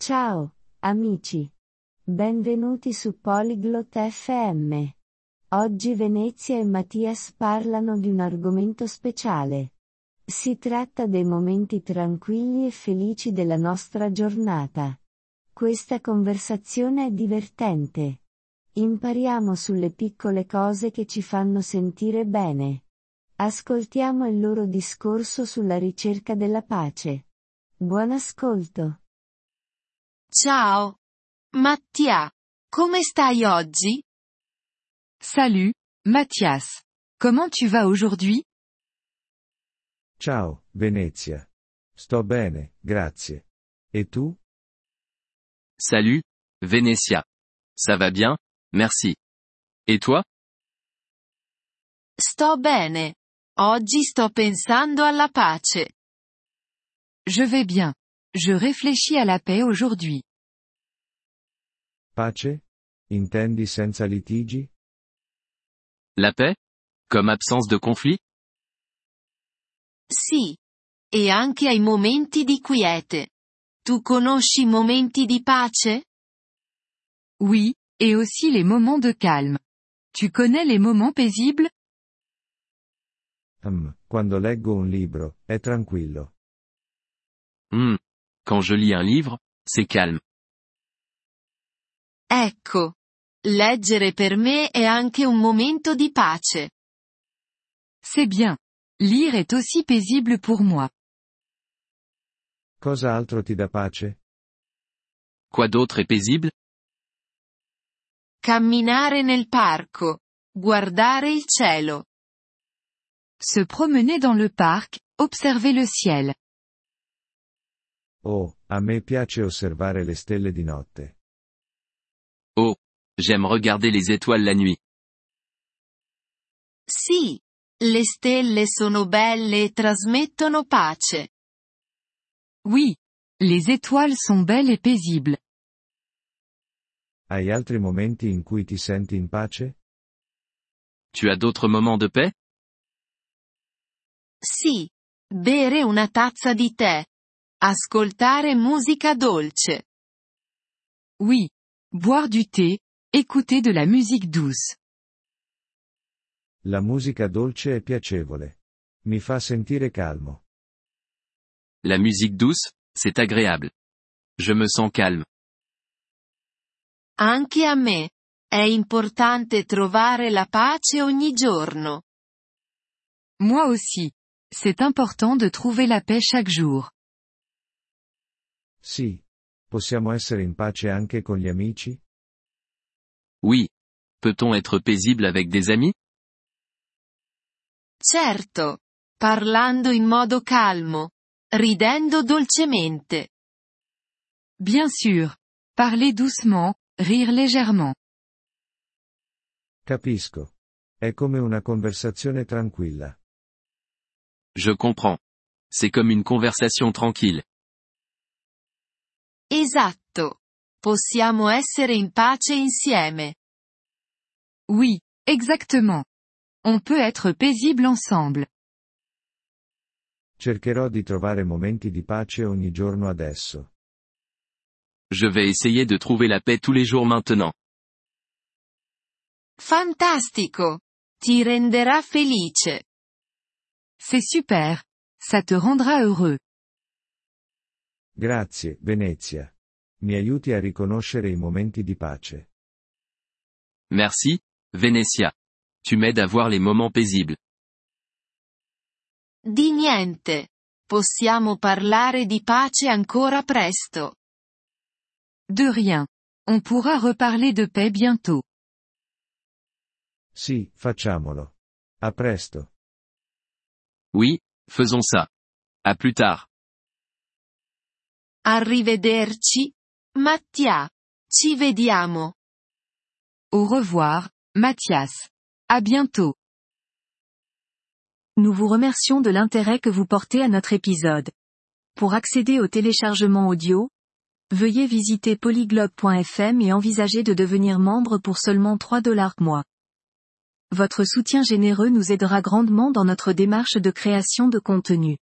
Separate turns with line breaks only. Ciao, amici. Benvenuti su Polyglot FM. Oggi Venezia e Mattias parlano di un argomento speciale. Si tratta dei momenti tranquilli e felici della nostra giornata. Questa conversazione è divertente. Impariamo sulle piccole cose che ci fanno sentire bene. Ascoltiamo il loro discorso sulla ricerca della pace. Buon ascolto.
Ciao. Mattia. Come stai oggi?
Salut, Mathias. Comment tu vas aujourd'hui
Ciao, Venezia. Sto bene, grazie. E tu?
Salut, Vénétia. Ça va bien, merci. Et toi
Sto bene. Oggi sto pensando alla pace.
Je vais bien. Je réfléchis à la paix aujourd'hui.
Pace? Intendi senza litigi?
La paix Comme absence de conflit
Sì. E anche ai momenti di quiete. Tu conosci i momenti di pace?
Oui, et aussi les moments de calme. Tu connais les moments paisibles
Hmm, quando leggo un libro, è tranquillo.
Hmm. Quand je lis un livre, c'est calme.
Ecco. Leggere per me è anche un momento di pace.
C'est bien. Lire est aussi paisible pour moi.
Cosa altro ti dà pace?
Quoi d'autre est paisible
Camminare nel parco. Guardare il cielo.
Se promener dans le parc, observer le ciel.
Oh, a me piace osservare le stelle di notte.
J'aime regarder les étoiles la nuit.
Sì. Le stelle sono belle e trasmettono pace.
Oui. Les étoiles sont belles et paisibles.
Hai altri momenti in cui ti senti in pace?
Tu as d'autres moments de paix
Sì. Bere una tazza di tè. Ascoltare musica dolce.
Oui. Boire du thé, écouter de la musique douce.
La musica dolce è piacevole. Mi fa sentire calmo.
La musique douce, c'est agréable. Je me sens calme.
Anche a me. È importante trovare la pace ogni giorno.
Moi aussi. C'est important de trouver la paix chaque jour.
Sì. Possiamo essere in pace anche con gli amici?
Oui. Peut-on être paisible avec des amis
Certo. Parlando in modo calmo. Ridendo dolcemente.
Bien sûr. Parler doucement, rire légèrement.
Capisco. È come una conversazione tranquilla.
Je comprends. C'est comme une conversation tranquille.
Esatto. Possiamo essere in pace insieme.
Oui, exactement. On peut être paisible ensemble.
Cercherò di trovare momenti di pace ogni giorno adesso.
Je vais essayer de trouver la paix tous les jours maintenant.
Fantastico. Ti renderà felice.
C'est super. Ça te rendra heureux.
Grazie, Venezia. Mi aiuti a riconoscere i momenti di pace.
Merci, Vénétia. Tu m'aides à voir les moments paisibles.
Di niente. Possiamo parlare di pace ancora presto.
De rien. On pourra reparler de paix bientôt.
Sì, facciamolo. A presto.
Oui, faisons ça. À plus tard.
Arrivederci. Mattia. Ci vediamo.
Au revoir, Mathias. À bientôt.
Nous vous remercions de l'intérêt que vous portez à notre épisode. Pour accéder au téléchargement audio, veuillez visiter polyglobe.fm et envisager de devenir membre pour seulement 3 dollars mois. Votre soutien généreux nous aidera grandement dans notre démarche de création de contenu.